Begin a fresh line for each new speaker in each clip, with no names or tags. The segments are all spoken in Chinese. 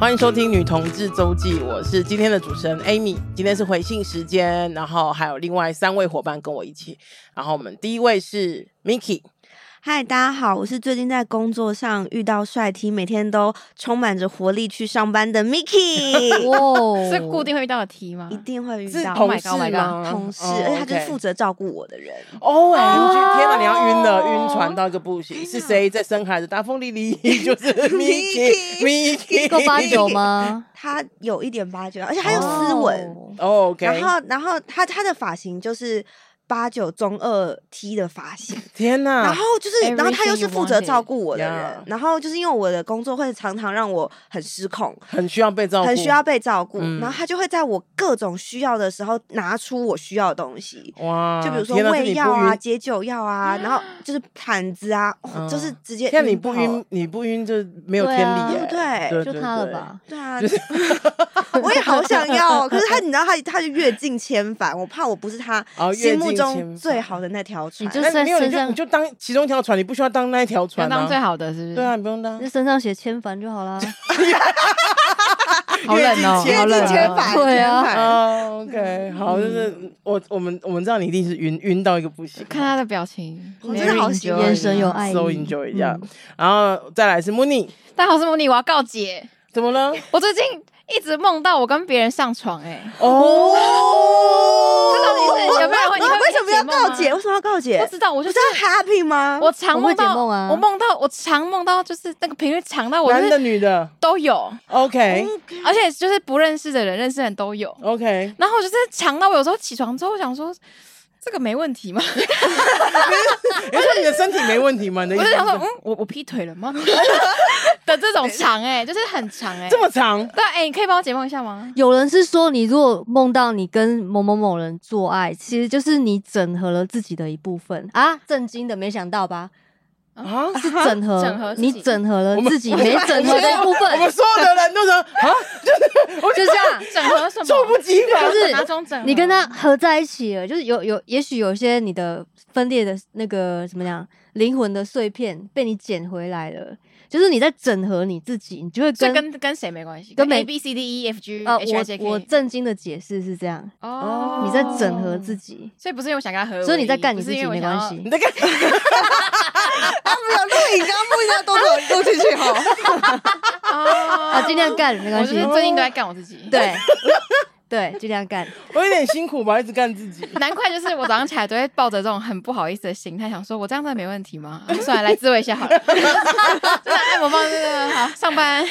欢迎收听《女同志周记》，我是今天的主持人 Amy。今天是回信时间，然后还有另外三位伙伴跟我一起。然后我们第一位是 Miki，
嗨，大家好，我是最近在工作上遇到帅 T，每天都充满着活力去上班 的 Miki，
哇
是固定会遇到的题吗
一？定会遇
是
到
同嗯
my
事
god，Oh my god
吗？哦
同事，而且他就是负责啊照顾我的人。
O M G，
哦
天哪，Oh，哎你要晕了，
哦
晕船到一个不行。是谁在生孩子？大风丽丽 就是 Miki，Miki
够八九？吗？
他有一点八九，而且他有斯文，
哦，OK。
然后然后他他的发型就是八九中二 T 的发 型，
天哪，
然后就是，然后他又是
Everything you
负责照顾我的
wanted.
人
Yeah.，
然后就是因为我的工作会常常让我很失控，
很需要被照顾，
很需要被照顾，
嗯
然后他就会在我各种需要的时候拿出我需要的东西，
哇！
就比如说
嗯天哪这
胃
你不
药啊、
晕
解酒药啊，然后就是毯子啊，哦
嗯
就是直接
天哪，你不
爆
晕，，你不晕就没有
对
天
啊
理耶，
对
对
就
对
他了
对
吧？
对啊， 我也好想要哦，可是他你知道他他就越境千帆，我怕我不是他
哦越
心目
境
中
千
最
帆
好的那条船，
就
那
在
没有你
身
就
上
你就当其中一条船，你不需要当那一条
要
船
当最
啊。
好的是不是？
对啊，你不用当
那。身上写千帆就好啦。
好冷哦，
越
好
进
冷
千
千帆
哦。
对啊
千 帆
哦，OK，好，就是我我们我们知道你一定是晕晕到一个不行，啊
看他的表情，
我真的好喜欢
Very enjoy
眼神有爱意
so enjoy 一下
嗯，
然后再来是 Mooney，
大家好，我是模拟，我要告解。
怎么了？
我最近一直梦到我跟别人上床，哎，
哦，
这到底是有没有？你会
为什么要告解？？为什么要告
你会解梦
解
吗不？知道，我
不
就是
要 happy 吗？
我常梦
我会
到，
解梦啊
我梦到，我常梦到，就是那个频率长到我就
男
是
的女的
都有，
？OK
而且就是不认识的人、认识的人都有。
OK，
然后我就是长到我有时候起床之后，我想说这个没问题吗？
你说你的身体没问题吗？你的
我
意
就
思
想说，
是
嗯，我我劈腿了 吗？的这种长哎、就是很长哎、
这么长？
对哎、你可以帮我解梦一下吗？
有人是说，你如果梦到你跟某某某人做爱，其实就是你整合了自己的一部分啊！震惊的，没想到吧？
啊！
是整合，
整合自己
你整合了
我们
自己没整合的一部
我
分
们，所有的人都说啊，
就这样。
整合什么？
猝不及防
就。是
哪种整合？
你跟他合在一起了，就是有有，也许有些你的分裂的那个怎么讲，灵魂的碎片被你捡回来了，就是你在整合你自己，你就会
所以
跟
跟跟谁没关系？
跟
跟 A
每
B C D E F G
呃，
H I J
我
K
我震惊的解释是这样，
哦
你在整合自己，
所以不是因为我想跟他合，
所以你在干你
不
自
是因
己
为我
没
想
关
要。
系
你。在干？
他没有录影，刚刚不应该都录录进去哈。
啊，
啊
尽量干，没
我
关
就
系
是。最近都在干我自己。，
对 对，尽量干。
我有点辛苦吧，一直干自己。
难怪就是我早上起来都会抱着这种很不好意思的心态，想说我这样真的没问题吗？啊算了，来自慰一下好 了。真的，按摩棒真的好，上班。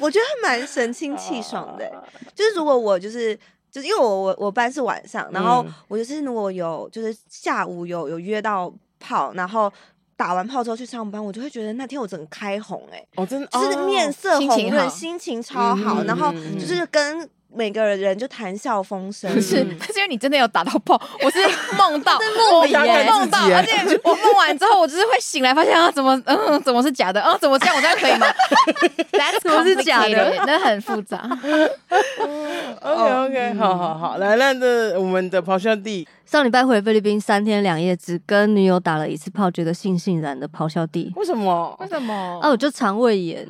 我觉得还蛮神清气爽的欸、
啊
就是如果我就是。就是因为我我我班是晚上，然后
嗯
我就是如果有就是下午有有约到炮，然后打完炮之后去上班，我就会觉得那天我整个开红哎、
哦，真的
就是
哦
面色
心
红
情
润，
好
心情超好，
嗯
然后
嗯
就是跟每个人就谈笑风生。
不是，
嗯
但是因为你真的有打到 炮，我是梦到，
梦里耶
我梦到，
自己耶
而且我梦完之后，我就是会醒来，发现啊，怎么， 嗯，怎么是假的？啊，怎么这样？我这样可以吗 ？That's
怎么是假的
complicated，那很复杂。
哦
OK OK，好
嗯
好好，来，那这我们的咆哮帝，
上礼拜回菲律宾三天两夜，只跟女友打了一次炮，觉得悻悻然的咆哮帝。
为什么？
为什么？
啊，我就肠胃炎，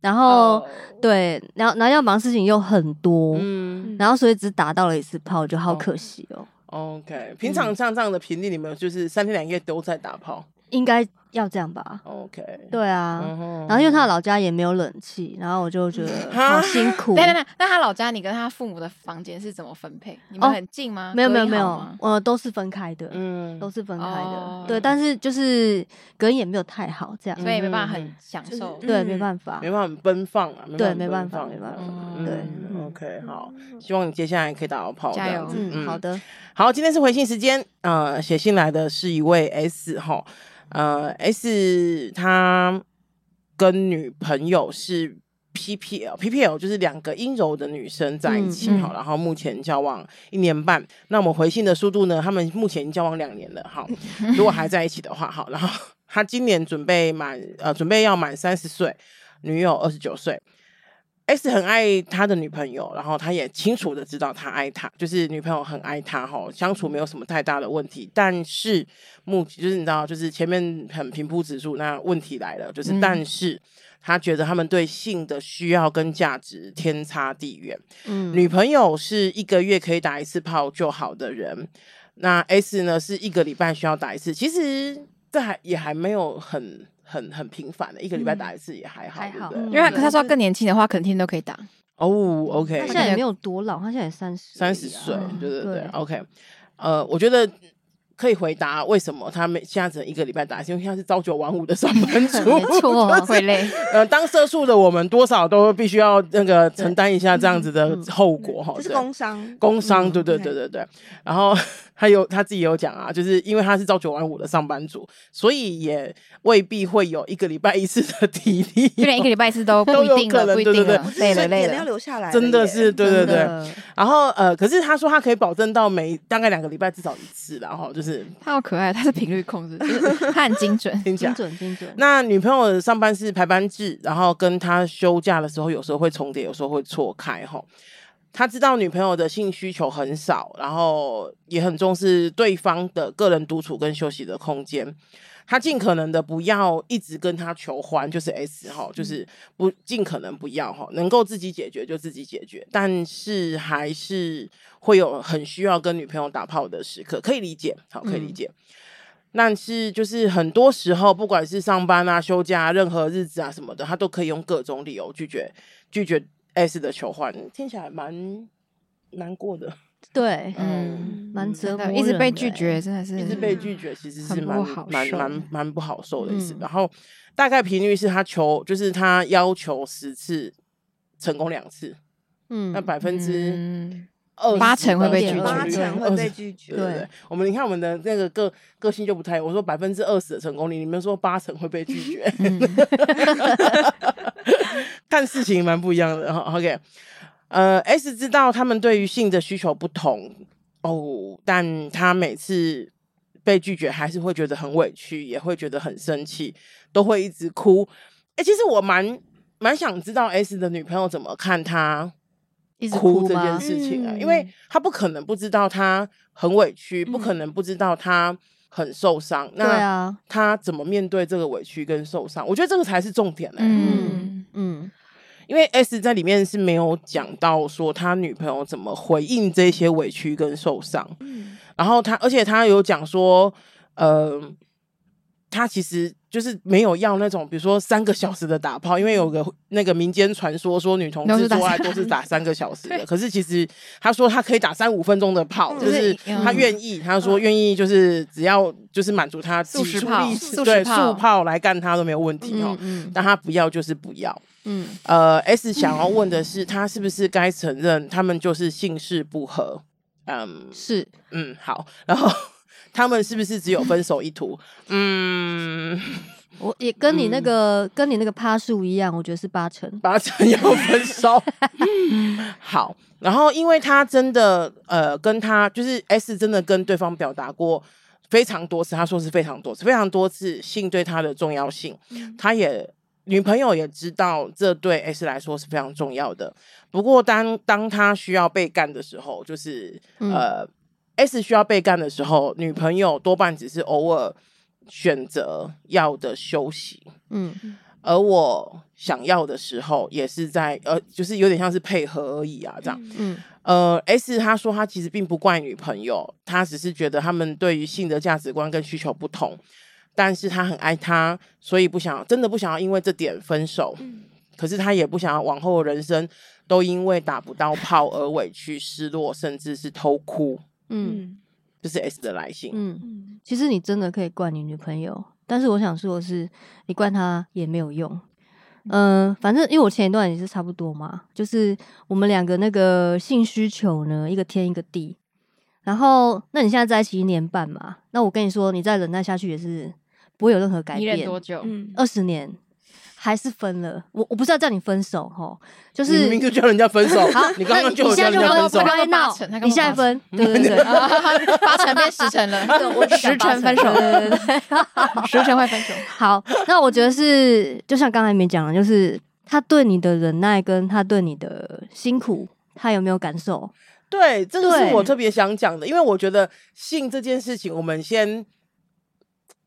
然
哦
后、对，然后然后要忙事情又很多，
嗯
然后所以只打到了一次炮，就好
哦
可惜哦。
，OK，平常像这样的频率，你们就是三天两夜都在打炮
应该要这样吧？
，OK，
对啊。
嗯
然后因为他的老家也没有冷气，然后我就觉得好辛苦。
等等等，那他老家你跟他父母的房间是怎么分配？你们
哦
很近吗？
没有没有
隔
没
音好
有
吗，
呃，都是分开的，
嗯
都是分开
哦
的。对，但是就是隔音也没有太好，这样
所以没办
嗯
法很享受。
就是
对，
嗯
没办法
没。办法奔放啊，
对
奔
没办法
没办法
嗯
对
嗯
嗯
OK，好，希望你接下来可以打到炮，
加
这样
油
子
嗯，好的，
好，今天是回信时间。呃，写信来的是一位 S 哈，呃，S 他跟女朋友是 PPL，PPL 就是两个阴柔的女生在一起
嗯
哈、然后目前交往一年半。那我们回信的速度呢？他们目前交往两年了 哈，如果还在一起的话，好，然后他今年准备满呃，准备要满三十岁，女友二十九岁。 S 很爱他的女朋友，然后他也清楚的知道他爱他，就是女朋友很爱他哈，相处没有什么太大的问题。但是目就是你知道，就是前面很平铺直述，那问题来了，就是
嗯
但是。他觉得他们对性的需要跟价值天差地远，
嗯，
女朋友是一个月可以打一次炮就好的人，那 S 呢是一个礼拜需要打一次，其实这还也还没有很很很频繁的，一个礼拜
嗯
打一次也还好，
还
对不
好
对
嗯
因为他可是他说
对
他更年轻的话，可能天天都可以打。
哦
他
，OK，
现在也没有多老，他现在也三十，啊
三十岁，对对对
对
，OK，呃，我觉得。可以回答为什么他们现在只能一个礼拜打一次，因为现在是朝九晚五的上班族，
没错，
会累，
呃，当社畜的我们多少都必须要那个承担一下这样子的
嗯嗯
后果哈。
这是
对
工伤。
工伤，
嗯
对对
，OK
对对对。然后他有他自己有讲啊，就是因为他是朝九晚五的上班族，所以也未必会有一个礼拜一次的体力，
就连一个礼拜一次 都
都
不一
有
定
可
了，
能
不一
对
定
对
了
对，
累了
所以
累
眼泪要
了。
流下来了耶，
真的是对对
真
对。
的
然后呃，可是他说他可以保证到每大概两个礼拜至少一次啦，然后就是。
他好可爱，他是频率控制，就是他很精准
听起来
精。准精准。
那女朋友上班是排班制，然后跟他休假的时候有时候会重叠，有时候会错开吼。他知道女朋友的性需求很少，然后也很重视对方的个人独处跟休息的空间。他尽可能的不要一直跟他求欢，就是 S 哈，就是不尽可能不要哈，能够自己解决就自己解决，但是还是会有很需要跟女朋友打炮的时刻，可以理解，好，可以理
嗯
解。但是就是很多时候，不管是上班啊、休假、啊、任何日子啊什么的，他都可以用各种理由拒绝拒绝 S 的求欢，听起来蛮难过的。
对，
嗯，
蛮折
真
磨
的，
人的欸，
一直被拒绝，真的是
一直被拒绝其实是
嗯很不
蛮
好
蛮
受
蛮蛮不好受的意思。
嗯
然后大概频率是他求，就是他要求十次成功两次，
嗯，
那百分之
嗯
二
八成会被拒绝
八成会被拒
对
绝。
对对，我们你看我们的那个个个性就不太一样，我说百分之二十的成功率，你们说八成会被拒绝， 看事情蛮不一样的哈。OK，呃，S 知道他们对于性的需求不同哦，但他每次被拒绝还是会觉得很委屈，也会觉得很生气，都会一直哭。哎、其实我蛮蛮想知道 S 的女朋友怎么看他
一直
哭这件
吗？
事情啊，
嗯
因为他不可能不知道他很委屈，不可能不知道他很受伤。
嗯对
那
啊，
他怎么面对这个委屈跟受伤？我觉得这个才是重点嘞、欸
嗯，
嗯，
因为 S 在里面是没有讲到说他女朋友怎么回应这些委屈跟受伤，
嗯
然后他而且他有讲说，呃，他其实就是没有要那种比如说三个小时的打炮，因为有个那个民间传说说女同
都
志
是打
做爱
三
都是打三个小时的，可是其实他说他可以打三五分钟的炮，
嗯
就是
嗯
他愿意，他说愿意就是只要就是满足他
素
技
食
术
炮
力
素
对
食炮
素炮来干他都没有问题哦
嗯，嗯
但他不要就是不要。
嗯，
呃，S 想要问的是，他是不是该承认他们就是姓氏不合？嗯
是
嗯，好。然后 他们是不是只有分手一途？嗯，
我也跟你那
嗯
个跟你那个趴数一样，我觉得是八成，
八成要分手。 好，然后因为他真的呃，跟他就是 S 真的跟对方表达过非常多次，他说是非常多次，非常多次性对他的重要性，他也。女朋友也知道这对 S 来说是非常重要的，不过当当他需要被干的时候，就是、
嗯
呃 S 需要被干的时候，女朋友多半只是偶尔选择要的休息，
嗯，
而我想要的时候，也是在呃，就是有点像是配合而已啊，这样。
嗯
呃，S 他说他其实并不怪女朋友，他只是觉得他们对于性的价值观跟需求不同，但是他很爱她，所以不想真的不想要因为这点分手。可是他也不想要往后的人生都因为打不到炮而委屈、失落，甚至是偷哭。
嗯
嗯
这是 S 的来信。
嗯，
嗯
其实你真的可以怪你女朋友，但是我想说的是，你怪她也没有用。嗯、反正因为我前一段也是差不多嘛，就是我们两个那个性需求呢，一个天一个地。然后，那你现在在一起一年半嘛？那我跟你说，你再忍耐下去也是不会有任何改
你忍
变。
多久？
嗯，
二十年还是分了。我我不是要叫你分手吼，就
你明
是
明就叫人家分手
好，
你刚刚
那
就有叫
你现在
人
就
家分
分
手嗯
不，
他
该
刚刚
闹
八成他，刚刚
你现在
八成
分，对对 嗯对。
八成变十成了，
对我就想
十成分
八
手，
对对对
十成会分手。
好，那我觉得是，就像刚才没讲的，就是他对你的忍耐跟他对你的辛苦，他有没有感受？
对，这个是
对
我特别想讲的，因为我觉得性这件事情，我们先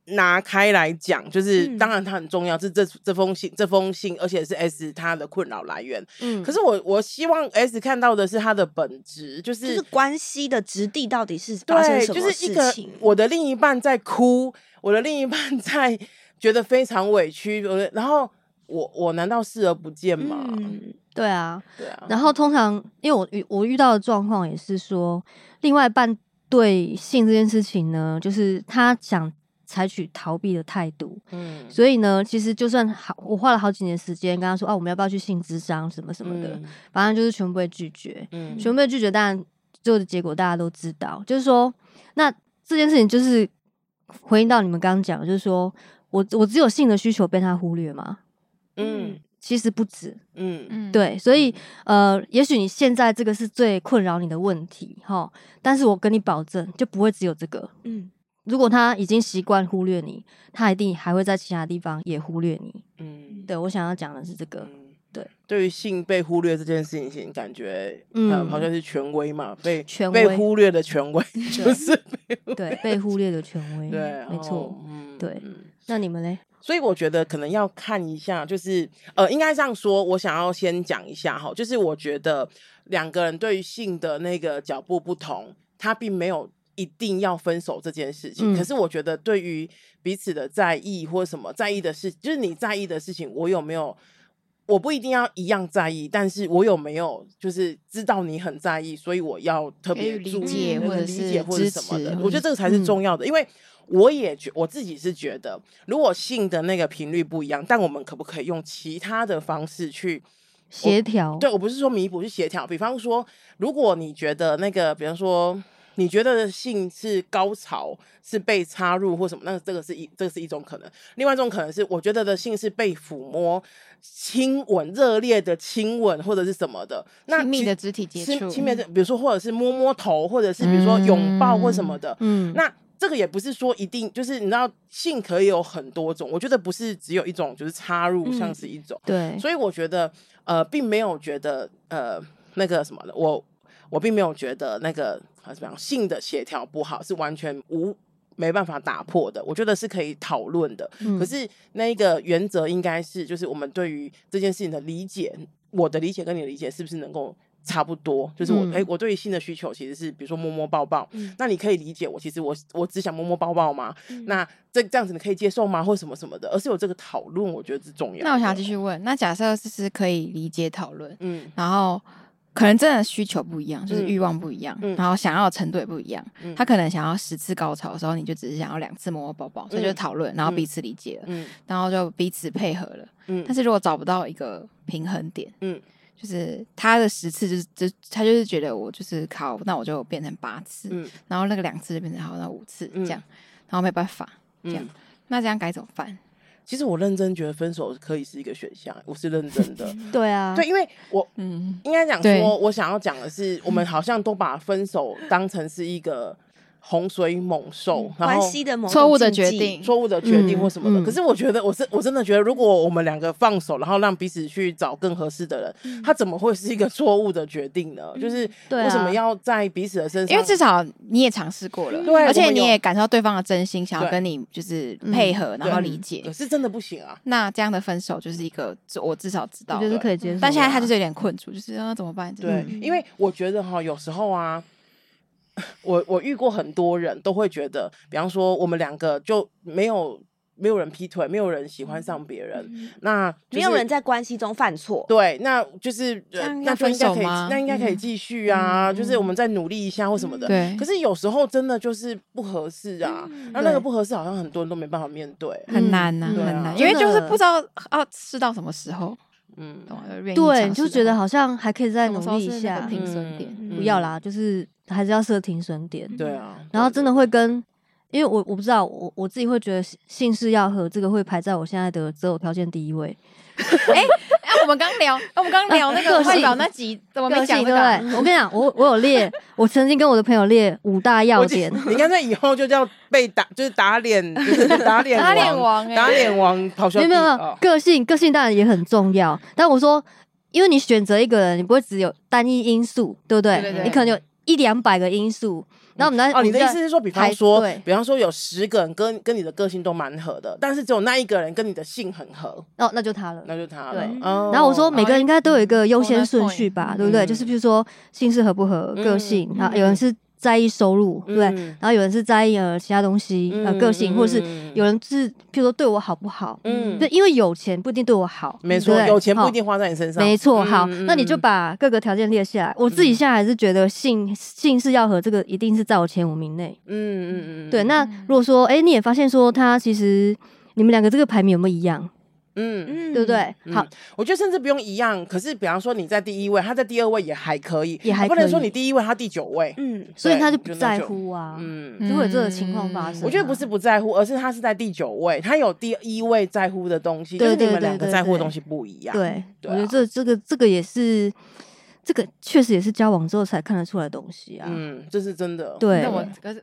拿开来讲，就是、
嗯
当然它很重要，是这这封信，这封信，而且是 S 他的困扰来源。
嗯
可是我我希望 S 看到的是他的本质，就
就是是关系的质地到底是发生
对，
什
就
么
是一
事
个
情？
我的另一半在哭，我的另一半 在觉得非常委屈，我的然后我我难道视而不见吗？
嗯，
对啊，
对啊，
然后通常，因为我遇我遇到的状况也是说，另外一半对性这件事情呢，就是他想采取逃避的态度，
嗯
所以呢，其实就算好，我花了好几年时间跟他说，啊，我们要不要去性智商什么什么的，反正就是全部被拒绝，
嗯
全部被拒绝，当然最后的结果大家都知道，就是说，那这件事情就是回应到你们刚刚讲的，就是说我我只有性的需求被他忽略吗？
嗯
其实不止，
嗯嗯
嗯，
对，所以呃，也许你现在这个是最困扰你的问题哈，但是我跟你保证，就不会只有这个。
嗯，
如果他已经习惯忽略你，他一定还会在其他地方也忽略你。
嗯
对我想要讲的是这个，
嗯
对，
对于性被忽略这件事情，感觉
嗯
嗯好像是权威嘛，被
权
被
威
忽略的权威，就是被忽
对被忽略的权威，
对，
没
哦
错。，
嗯
对
嗯
那你们嘞？
所以我觉得可能要看一下，就是呃，应该这样说，我想要先讲一下哈，就是我觉得两个人对于性的那个脚步不同，他并没有。一定要分手这件事情，
嗯
可是我觉得对于彼此的在意或什么在意的事，就是你在意的事情，我有没有？我不一定要一样在意，但是我有没有就是知道你很在意，所以我要特
给
别
予理
注意
解
那个
或者
理
是
解或者
支
什么的
持。
我觉得这个才是
嗯
重要的，因为我也觉我自己是觉得，如果性的那个频率不一样，但我们可不可以用其他的方式去？
协调，
对我不是说弥补，是协调。比方说，如果你觉得那个，比方说。你觉得性是高潮，是被插入或什么？那这个是一，这是一种可能。另外一种可能是，我觉得的性是被抚摸、亲吻、热烈的亲吻或者是什么的。那
亲密
其
的肢体接
亲
触，嗯
亲密的，比如说或者是摸摸头，或者是比如说拥抱或什么的。
嗯，
那这个也不是说一定，就是你知道性可以有很多种，我觉得不是只有一种，就是插入
嗯
像是一种，
对，
所以我觉得呃，并没有觉得呃那个什么的，我我并没有觉得那个啊怎么样性的协调不好是完全无没办法打破的，我觉得是可以讨论的，
嗯
可是那一个原则应该是，就是我们对于这件事情的理解，我的理解跟你的理解是不是能够差不多？就是我，哎、
嗯
我对于性的需求其实是，比如说摸摸抱抱，
嗯
那你可以理解我，其实我我只想摸摸抱抱吗？
嗯
那这这样子你可以接受吗？或什么什么的，而是有这个讨论，我觉得是重要。
那我想要继，续问，那假设是是可以理解讨论，
嗯
然后可能真的需求不一样，就是
嗯
欲望不一样，
嗯
然后想要的程度也不一样。
嗯
他可能想要十次高潮的时候，你就只是想要两次摸摸抱抱，所以就
嗯
讨论，然后
嗯
彼此理解了，
嗯
然后就彼此配合了。
嗯
但是如果找不到一个平衡点，
嗯
嗯，就是他的十次就是就他就是觉得我就是好，那我就变成八次，
嗯
然后那个两次就变成好，那五次
嗯
这样，然后没办法这样
嗯，，
那这样该怎么办？
其实我认真觉得分手可以是一个选项，我是认真 的。
对啊，
对，因为我
嗯，
应该讲
对嗯
说，我想要讲的是，我们好像都把分手当成是一个洪水猛兽，
嗯
然
关
后
系的某种
错误的
禁
决
忌
定
错误的决定
嗯
或什么的。
嗯
可是我觉得，我是我真的觉得，如果我们两个放手，然后让彼此去找更合适的
嗯
人，他怎么会是一个错误的决定呢？就是
对啊
为什么要在彼此的身上？
因为至少你也尝试过了，
嗯对
而
我
且
们
你
有
也感受到对方的真心，想要
对嗯
跟你就是配合，然后
对
理解
可。是真的不行啊。
那这样的分手就是一个，我至少知
我
道
觉得
了
是可以接受的啊。
嗯但现在他就是有点困住，就是啊怎么办？
对，
嗯
因为我觉得哈，有时候啊，我我遇过很多人都会觉得，比方说我们两个就没有没有人劈腿，没有人喜欢上别人，
嗯
那、就是、
嗯没有人在关系中犯错，
对，那就是
这
呃
样
那
要
就应
分
该
手
可以，
吗嗯
那应该可以继续啊，就是我们再努力一下或什么的。
哎
对
可是有时候真的就是不合适啊，那、那个
嗯对
不合适，好像很多人都没办法面对。
很难呐、
嗯
对啊
很难，
真
因
的
为就是不知道要试到什么时候，
嗯，
懂吗？愿意尝
对，
试
你
的
就觉得
话
好像还可以再
什
努
么时候
力
是
一
那
下
个，
嗯
停损点，
嗯
不要啦，就是还是要设停损点。
对啊。
然后
对
真
对
的会跟，因为我我不知道，我我自己会觉得性性是要和这个会排在我现在的择偶条件第一位。
哎、啊，哎，我们刚聊，哎我们刚聊那个
嗯个性
外表那集，怎么没
个
讲
性
这
对
个
不对
啊？？
我跟你讲，我我有列，我曾经跟我的朋友列五大要
我记
点，
你干脆以后就叫被打，就是打脸， 就是打脸
打脸王哎
打脸王咆哮
没
帝
有没有没有
哦，
个性个性当然也很重要，但我说，因为你选择一个人，你不会只有单一因素，对不对？
对对嗯对
你可能有一两百个因素。然后我们在
哦，你的意思是说，比方说
呃排队，
比方说有十个人跟跟你的个性都蛮合的，但是只有那一个人跟你的性很合，
哦，那就他了。
那就他了。
对
哦
然后我说，每个人应该都有一个优先顺序吧，
嗯
对不对？
嗯
就是比如说姓氏合不合、
嗯
个性，
嗯
然后有人是在意收入，对不对？
嗯
然后有人是在意呃其他东西，呃个性，或者是
嗯
有人是譬如说对我好不好，
嗯
对，因为有钱不一定对我好，
没
对
错，
对
有钱不
好
一定花在你身上。
没错，好，
嗯
那你就
嗯
把各个条件列下来。我自己
嗯
现在还是觉得性性是要和这个一定是在我前五名内。
嗯嗯嗯，
对，那如果说，哎、你也发现说他其实你们两个这个排名有没有一样，
嗯，
嗯
对不？对？
嗯
好，
我觉得甚至不用一样，可是比方说你在第一位，他在第二位也还可以，
也还
你不能
可以
说你第一位，他第九位，
嗯，
所以
对
他就
就
不
那
在
就
乎啊。
嗯。
如果有这个情况发生啊
我觉得不是不在乎，而是他是在第九位，他有第一位在乎的东西，就
对
是你
对
们
对
两个
对
在乎的
对
东西不一样。
对，
对
我觉得
啊
这这个这个也是，这个确实也是交往之后才看得出来的东西啊。
嗯，这是真的。
对
那我可是，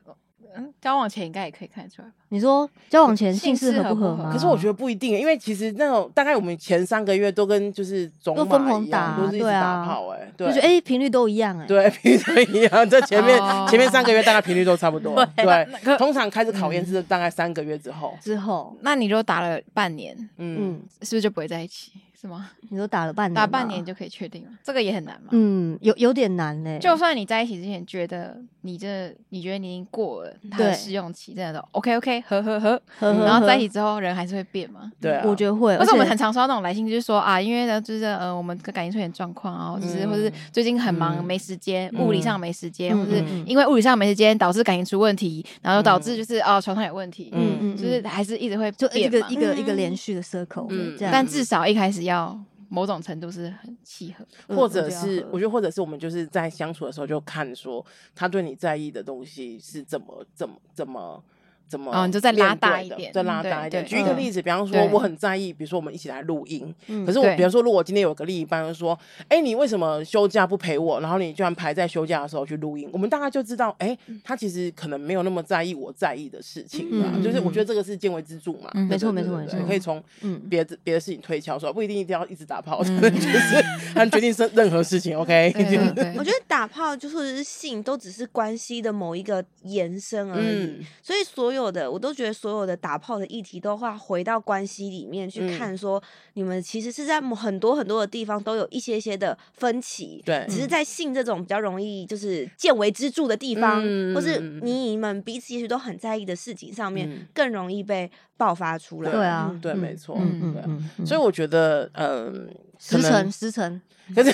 嗯，交往前应该也可以看得出来吧？
你说交往前性
性氏
氏
合
合不
不合
合吗？
可是我觉得不一定，因为其实那种大概我们前三个月都跟就是种
都疯
马
狂
一样，
打
都是一直
对啊
打炮，哎，对
就，觉得哎，诶频、率都一样哎、
对， 平时一样，在前面
哦
前面三个月大概频率都差不多。
啊
对，
可
通常开始考
嗯
验是大概三个月之后。
之后，
那你如果打了半年，
嗯，
嗯，
是不是就不会在一起？是吗？
你都打了半年，
打半年。就可以确定了，这个也很难嘛。
嗯，有有点难嘞、
就算你在一起之前觉得你这，你觉得你已经过了他的
对
试用期，真的都 OK OK，呵呵呵，
呵呵
嗯然后在一
呵
起之后人还是会变嘛。
对啊，
嗯我觉得会，
而
而
且
且
我们很常收到那种来信，就是说啊，因为呢，就是呃，我们感情出现状况啊，或者是、
嗯
或者是最近很忙，
嗯
没时间，物理上没时间，
嗯
或是
嗯嗯
因为物理上没时间导致感情出问题，然后导致就是哦、床上有问题，
嗯
就是还是一直会
就一
变
个
嘛
一个
嗯
一个连续的 circle，
嗯
的这样。
但至少一开始要某种程度是很契合。
嗯
或者是我
我
觉得，或者是我们就是在相处的时候就看说他对你在意的东西是怎么怎么怎么。怎么
哦你就再拉
面对
大
的
一点
再拉
对
大一点。
对
举一个
嗯
例子，比方说
对
我很在意，比如说我们一起来录音，
嗯
可是我
对
比方说，如果今天有个另一半就说，哎，你为什么休假不陪我？然后你居然排在休假的时候去录音，我们大概就知道，哎，他其实可能没有那么在意我在意的事情啊，
嗯
就是我
嗯
觉得这个是见微知著嘛，
嗯
对
没错
对对
没错
对对
没错
可以从
嗯，
别的别的事情推敲说，不一定一定要一直打炮，真的 就是很决定任任何事情，OK？
对对对，
我觉得打炮就是或者是性，都只是关系的某一个延伸而已。
嗯
所以所有的，我都觉得所有的打炮的议题都会回到关系里面去
嗯
看，说你们其实是在某很多很多的地方都有一些些的分歧，
对
只是在性这种比较容易就是见微知著的地方，
嗯
或是
嗯嗯嗯
你们彼此也许都很在意的事情上面，
嗯
更容易被爆发出来。
对啊
嗯，
对
嗯
没错
嗯
对啊
嗯嗯，
所以我觉得，嗯，可
十成
能
十成，
可
嗯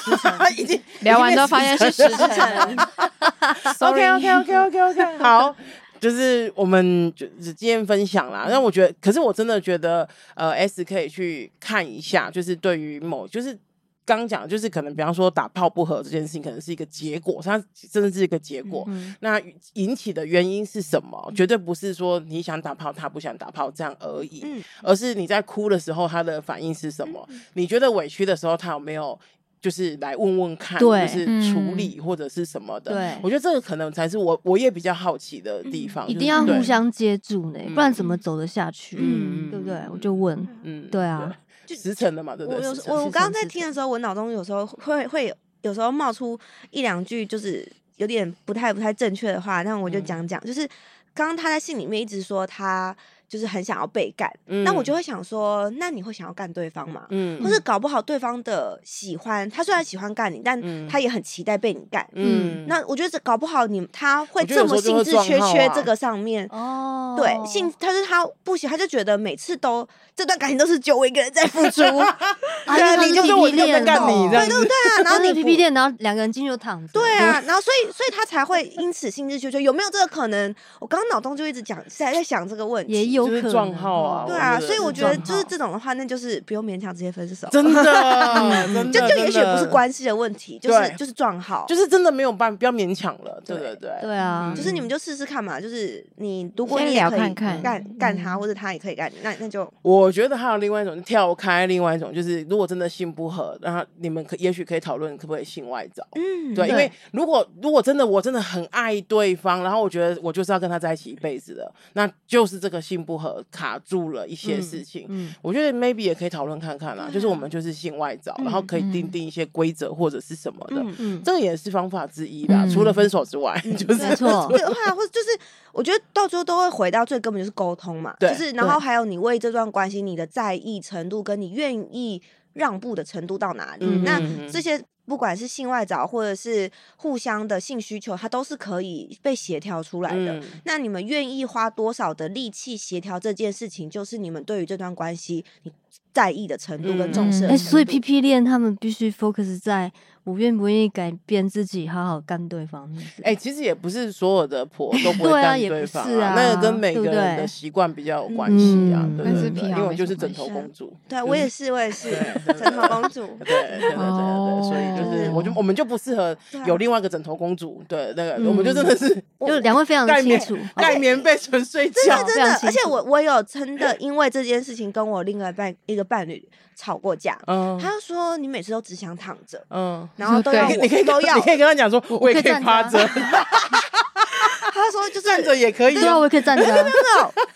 是 已经
聊完之后发现是时辰。
OK OK OK OK OK，好，就是我们就只今天分享啦。但我觉得，可是我真的觉得，呃，S 可以去看一下，就是对于某就是。刚讲就是可能，比方说打炮不合这件事情，可能是一个结果，它真的是一个结果。那引起的原因是什么？绝对不是说你想打炮，他不想打炮这样而已，
嗯
而是你在哭的时候，他的反应是什么？你觉得委屈的时候，他有没有就是来问问看，就
对
是处
嗯
理或者是什么的？
对
我觉得这个可能才是我我也比较好奇的
嗯
地方，
一
就
定
是
要
对
互相接住呢，不然怎么走得下去？
嗯
对不对？我就问，
嗯
对啊，
对时辰的嘛，对不
我
对？
有时
时辰
我我
是
刚刚
成
在
是
听
成
的时候，我脑中有时候会会有有时候冒出一两句就是有点不太不太正确的话，但我就
嗯
讲讲，就是刚刚他在信里面一直说他就是很想要被干，
嗯
那我就会想说，那你会想要干对方吗？
嗯
或是搞不好对方的喜欢，他虽然喜欢干你，但
嗯
他也很期待被你干。
嗯
那我觉得这搞不好你他会
我觉得
这
有时
么
候就会
兴致
撞
缺
号
缺
啊
这个上面，
哦
对，性，他是他不喜，他就觉得每次都这段感情都是只有我一个人在付 出，对
啊，因为
啊
他
你
是
就是
PP
我，你就是在
恋
干
哦
你这样
对不
子，
对啊？然
然
后
后
你
你
不
PP 店，然后两个人进去就躺着。
对啊，
嗯
然后所以所以他才会因此兴致缺缺，有没有这个可能？我刚刚脑中就一直讲，在在想这个问题，
也有
就
可
是
能
撞号啊
哦
对啊，
我觉得
所以我觉得
正
就是
好
这种的话，那就是不用勉强直接分手。
真的，真的
就就也许
真的
不是关系的问题，就是
对
就是撞好，
就是真的没有办法，不要勉强了，对对
对
对，
对啊
就是你们就试试看嘛，就是你如果
先
你也
聊
可以
看看
干干他，或者他也可以干你，那那就
我觉得还有另外一种跳开，另外一种就是如果真的性不合，然后你们可也许可以讨论可不可以性外找。
嗯
对，因
对
为如果如果真的我真的很爱对方，然后我觉得我就是要跟他在一起一辈子的，那就是这个性不合卡住了一些事情。
嗯，
我觉得 maybe 也可以讨论看看啦，就是我们就是性外找，然后可以定
嗯
定一些规则或者是什么的，
嗯，
嗯，
这个也是方法之一啦。
嗯
除了分手之外， 就是
没错
对话或者就是我觉得到最后都会回到最根本就是沟通嘛，
对
就是然后还有你为这段关系你的在意程度跟你愿意让步的程度到哪里，
嗯
那
嗯
这些。不管是性外找或者是互相的性需求，它都是可以被协调出来的。
嗯
那你们愿意花多少的力气协调这件事情，就是你们对于这段关系你在意的程度跟重视的
嗯
哎、
程度。
所以 P P 恋他们必须 focus 在我愿不愿意改变自己，好好干对方。是不是
哎、其实也不是所有的婆都不会
对啊
干
也不
方
是啊
那个跟每
对
个
不
人的
对
习惯比较有关系啊，
嗯
对
但
对
是
对，
癖
因
好
为我
没
就
什
是
么
枕
关
头
系
公主，
对
就
我
是
也是，我也是
对
枕头公 主。
对对对对对对，所以就是我就我们就不适合
对啊
有另外一个枕头公主，对那个
嗯
我们就真的是
就两位非常的
盖
清
棉
楚，
盖棉被纯睡
真
觉
的，真
非
的
常，清
而且
楚
我我有真的因为这件事情跟我另外伴一个伴侣吵过架，
嗯
他就说你每次都只想躺着，
嗯。
然后都要
对
你可以
我
跟
都要
你
我，
可以跟他讲说，我也可以趴着，
他说就是
站着也可以
对啊，
哦。，
我也可以站着、啊。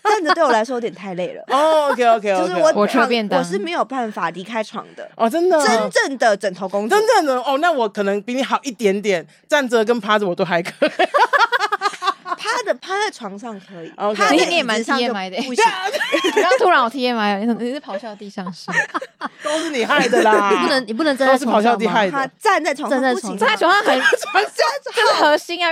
站着对我来说有点太累了
哦，OK OK
就
OK，
是我
我吃
躺
便当
我是没有办法离开床的，
哦，真的哦
真正的枕头公主
真。正的哦，那我可能比你好一点点，站着跟趴着我都还可以。
趴着趴在床上可以，
OK
趴在
其
实你也蛮
椅子上就
TMI 的
不行。
刚刚突然我 TMI 了，你怎么你是咆哮地上师？
都是你害的啦！
你 不能，你不能站
都
在
是
床
咆哮
上
帝
吗
害
他
的。
啊站在床上
站在
不行，
床
站在床上很
床下
就是核心啊，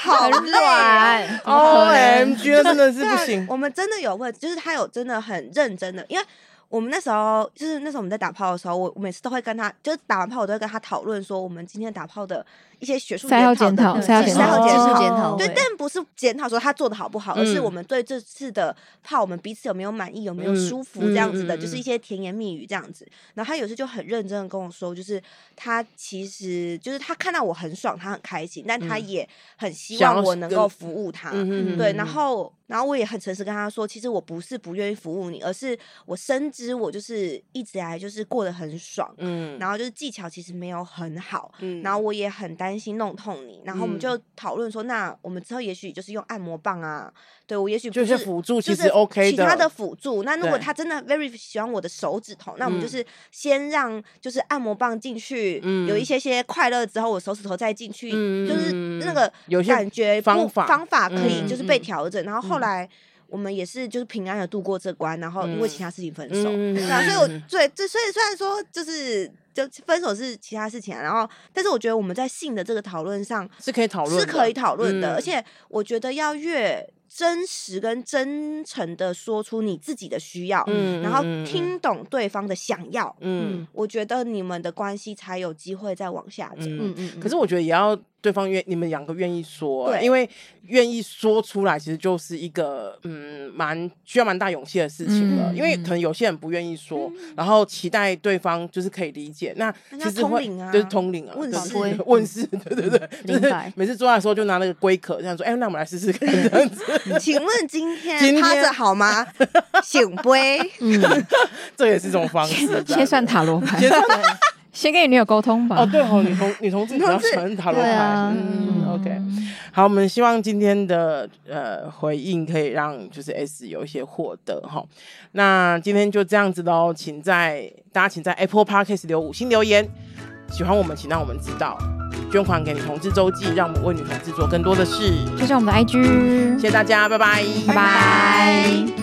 好
很
累啊
软。
O 哦 M G，那真的是
对
不行。
我们啊真的有问，就是他有真的很认真的，因为我们那时候就是那时候我们在打炮的时候，我我每次都会跟他，就是打完炮我都会跟他讨论说我们今天打炮的一些学术
赛后检
讨的
讨赛后
技
检
术
讨
赛后检
技术
讨。
检讨
对
会，
但不是检讨说他做的好不好，而是
欸嗯
我们对这次的炮，我们彼此有没有满意，有没有
嗯
舒服，
嗯
这样子
嗯
的，
嗯
就是一些甜言蜜语这样子。然后他有时就很认真的跟我说，就是他其实就是他看到我很爽，他很开心，但他
嗯
也很希
想要
望我能
跟
够服务他。
嗯
对，然后然后我也很诚实跟他说，其实我不是不愿意服务你，而是我深知我就是一直以来就是过得很爽，
嗯
然后就是技巧其实没有很好，
嗯
然后我也很担心弄痛你，然后我们
嗯
就讨论说，那我们之后也许就是用按摩棒啊，对我也许不
就是是辅助，其
就是
实 OK
其
的。
他的辅助。那如果
对
他真的 very 喜欢我的手指头，那我们就
嗯
是先让就是按摩棒进去，
嗯
有一些些快乐之后，我手指头再进去，
嗯
就是
嗯嗯
那个
有些
感觉不
方法
方法可以
嗯
就是被
嗯
调整。然后后来我们也是就是平安的度过这关，然后因
嗯
为其他事情分手。
嗯，
对啊，所以我对这所以虽然说就是就分手是其他事情、啊，然后但是我觉得我们在性的这个讨论上
是可以讨论，
是可以讨论
嗯
的，而且我觉得要越真实跟真诚的说出你自己的需要，
嗯
然后
嗯嗯
听懂对方的想要，
嗯。
我觉得你们的关系才有机会再往下走。
嗯
嗯嗯，
可是我觉得也要对方愿，你们两个愿意说、
对
因为愿意说出来，其实就是一个嗯，蛮需要蛮大勇气的事情了。
嗯
因为可能有些人不愿意说，
嗯
然后期待对方就是可以理解，那
那
其
要
实
通
会
灵啊
就是通灵啊，
问
对
世
对对问世，对对对，就
明
是
白
每次做爱的时候就拿那个龟壳这样说，哎、那我们来试试看这样 子，
嗯请问今天
今
趴
天
着好吗？ 醒杯，
嗯，
这也是一种方式，这样子
切算塔罗牌， 先跟你女友沟通吧
啊
哦，。对哦，女同女同志比较喜欢塔罗
对
牌
啊，
嗯，OK。好，我们希望今天的呃回应可以让就是 S 有一些获得哈。那今天就这样子喽，请在大家请在 Apple Podcast 留五星留言，喜欢我们请让我们知道，捐款给女同志周记，让我们为女同志做更多的事。
就像我们的 IG，
谢谢大家，拜拜，
拜拜。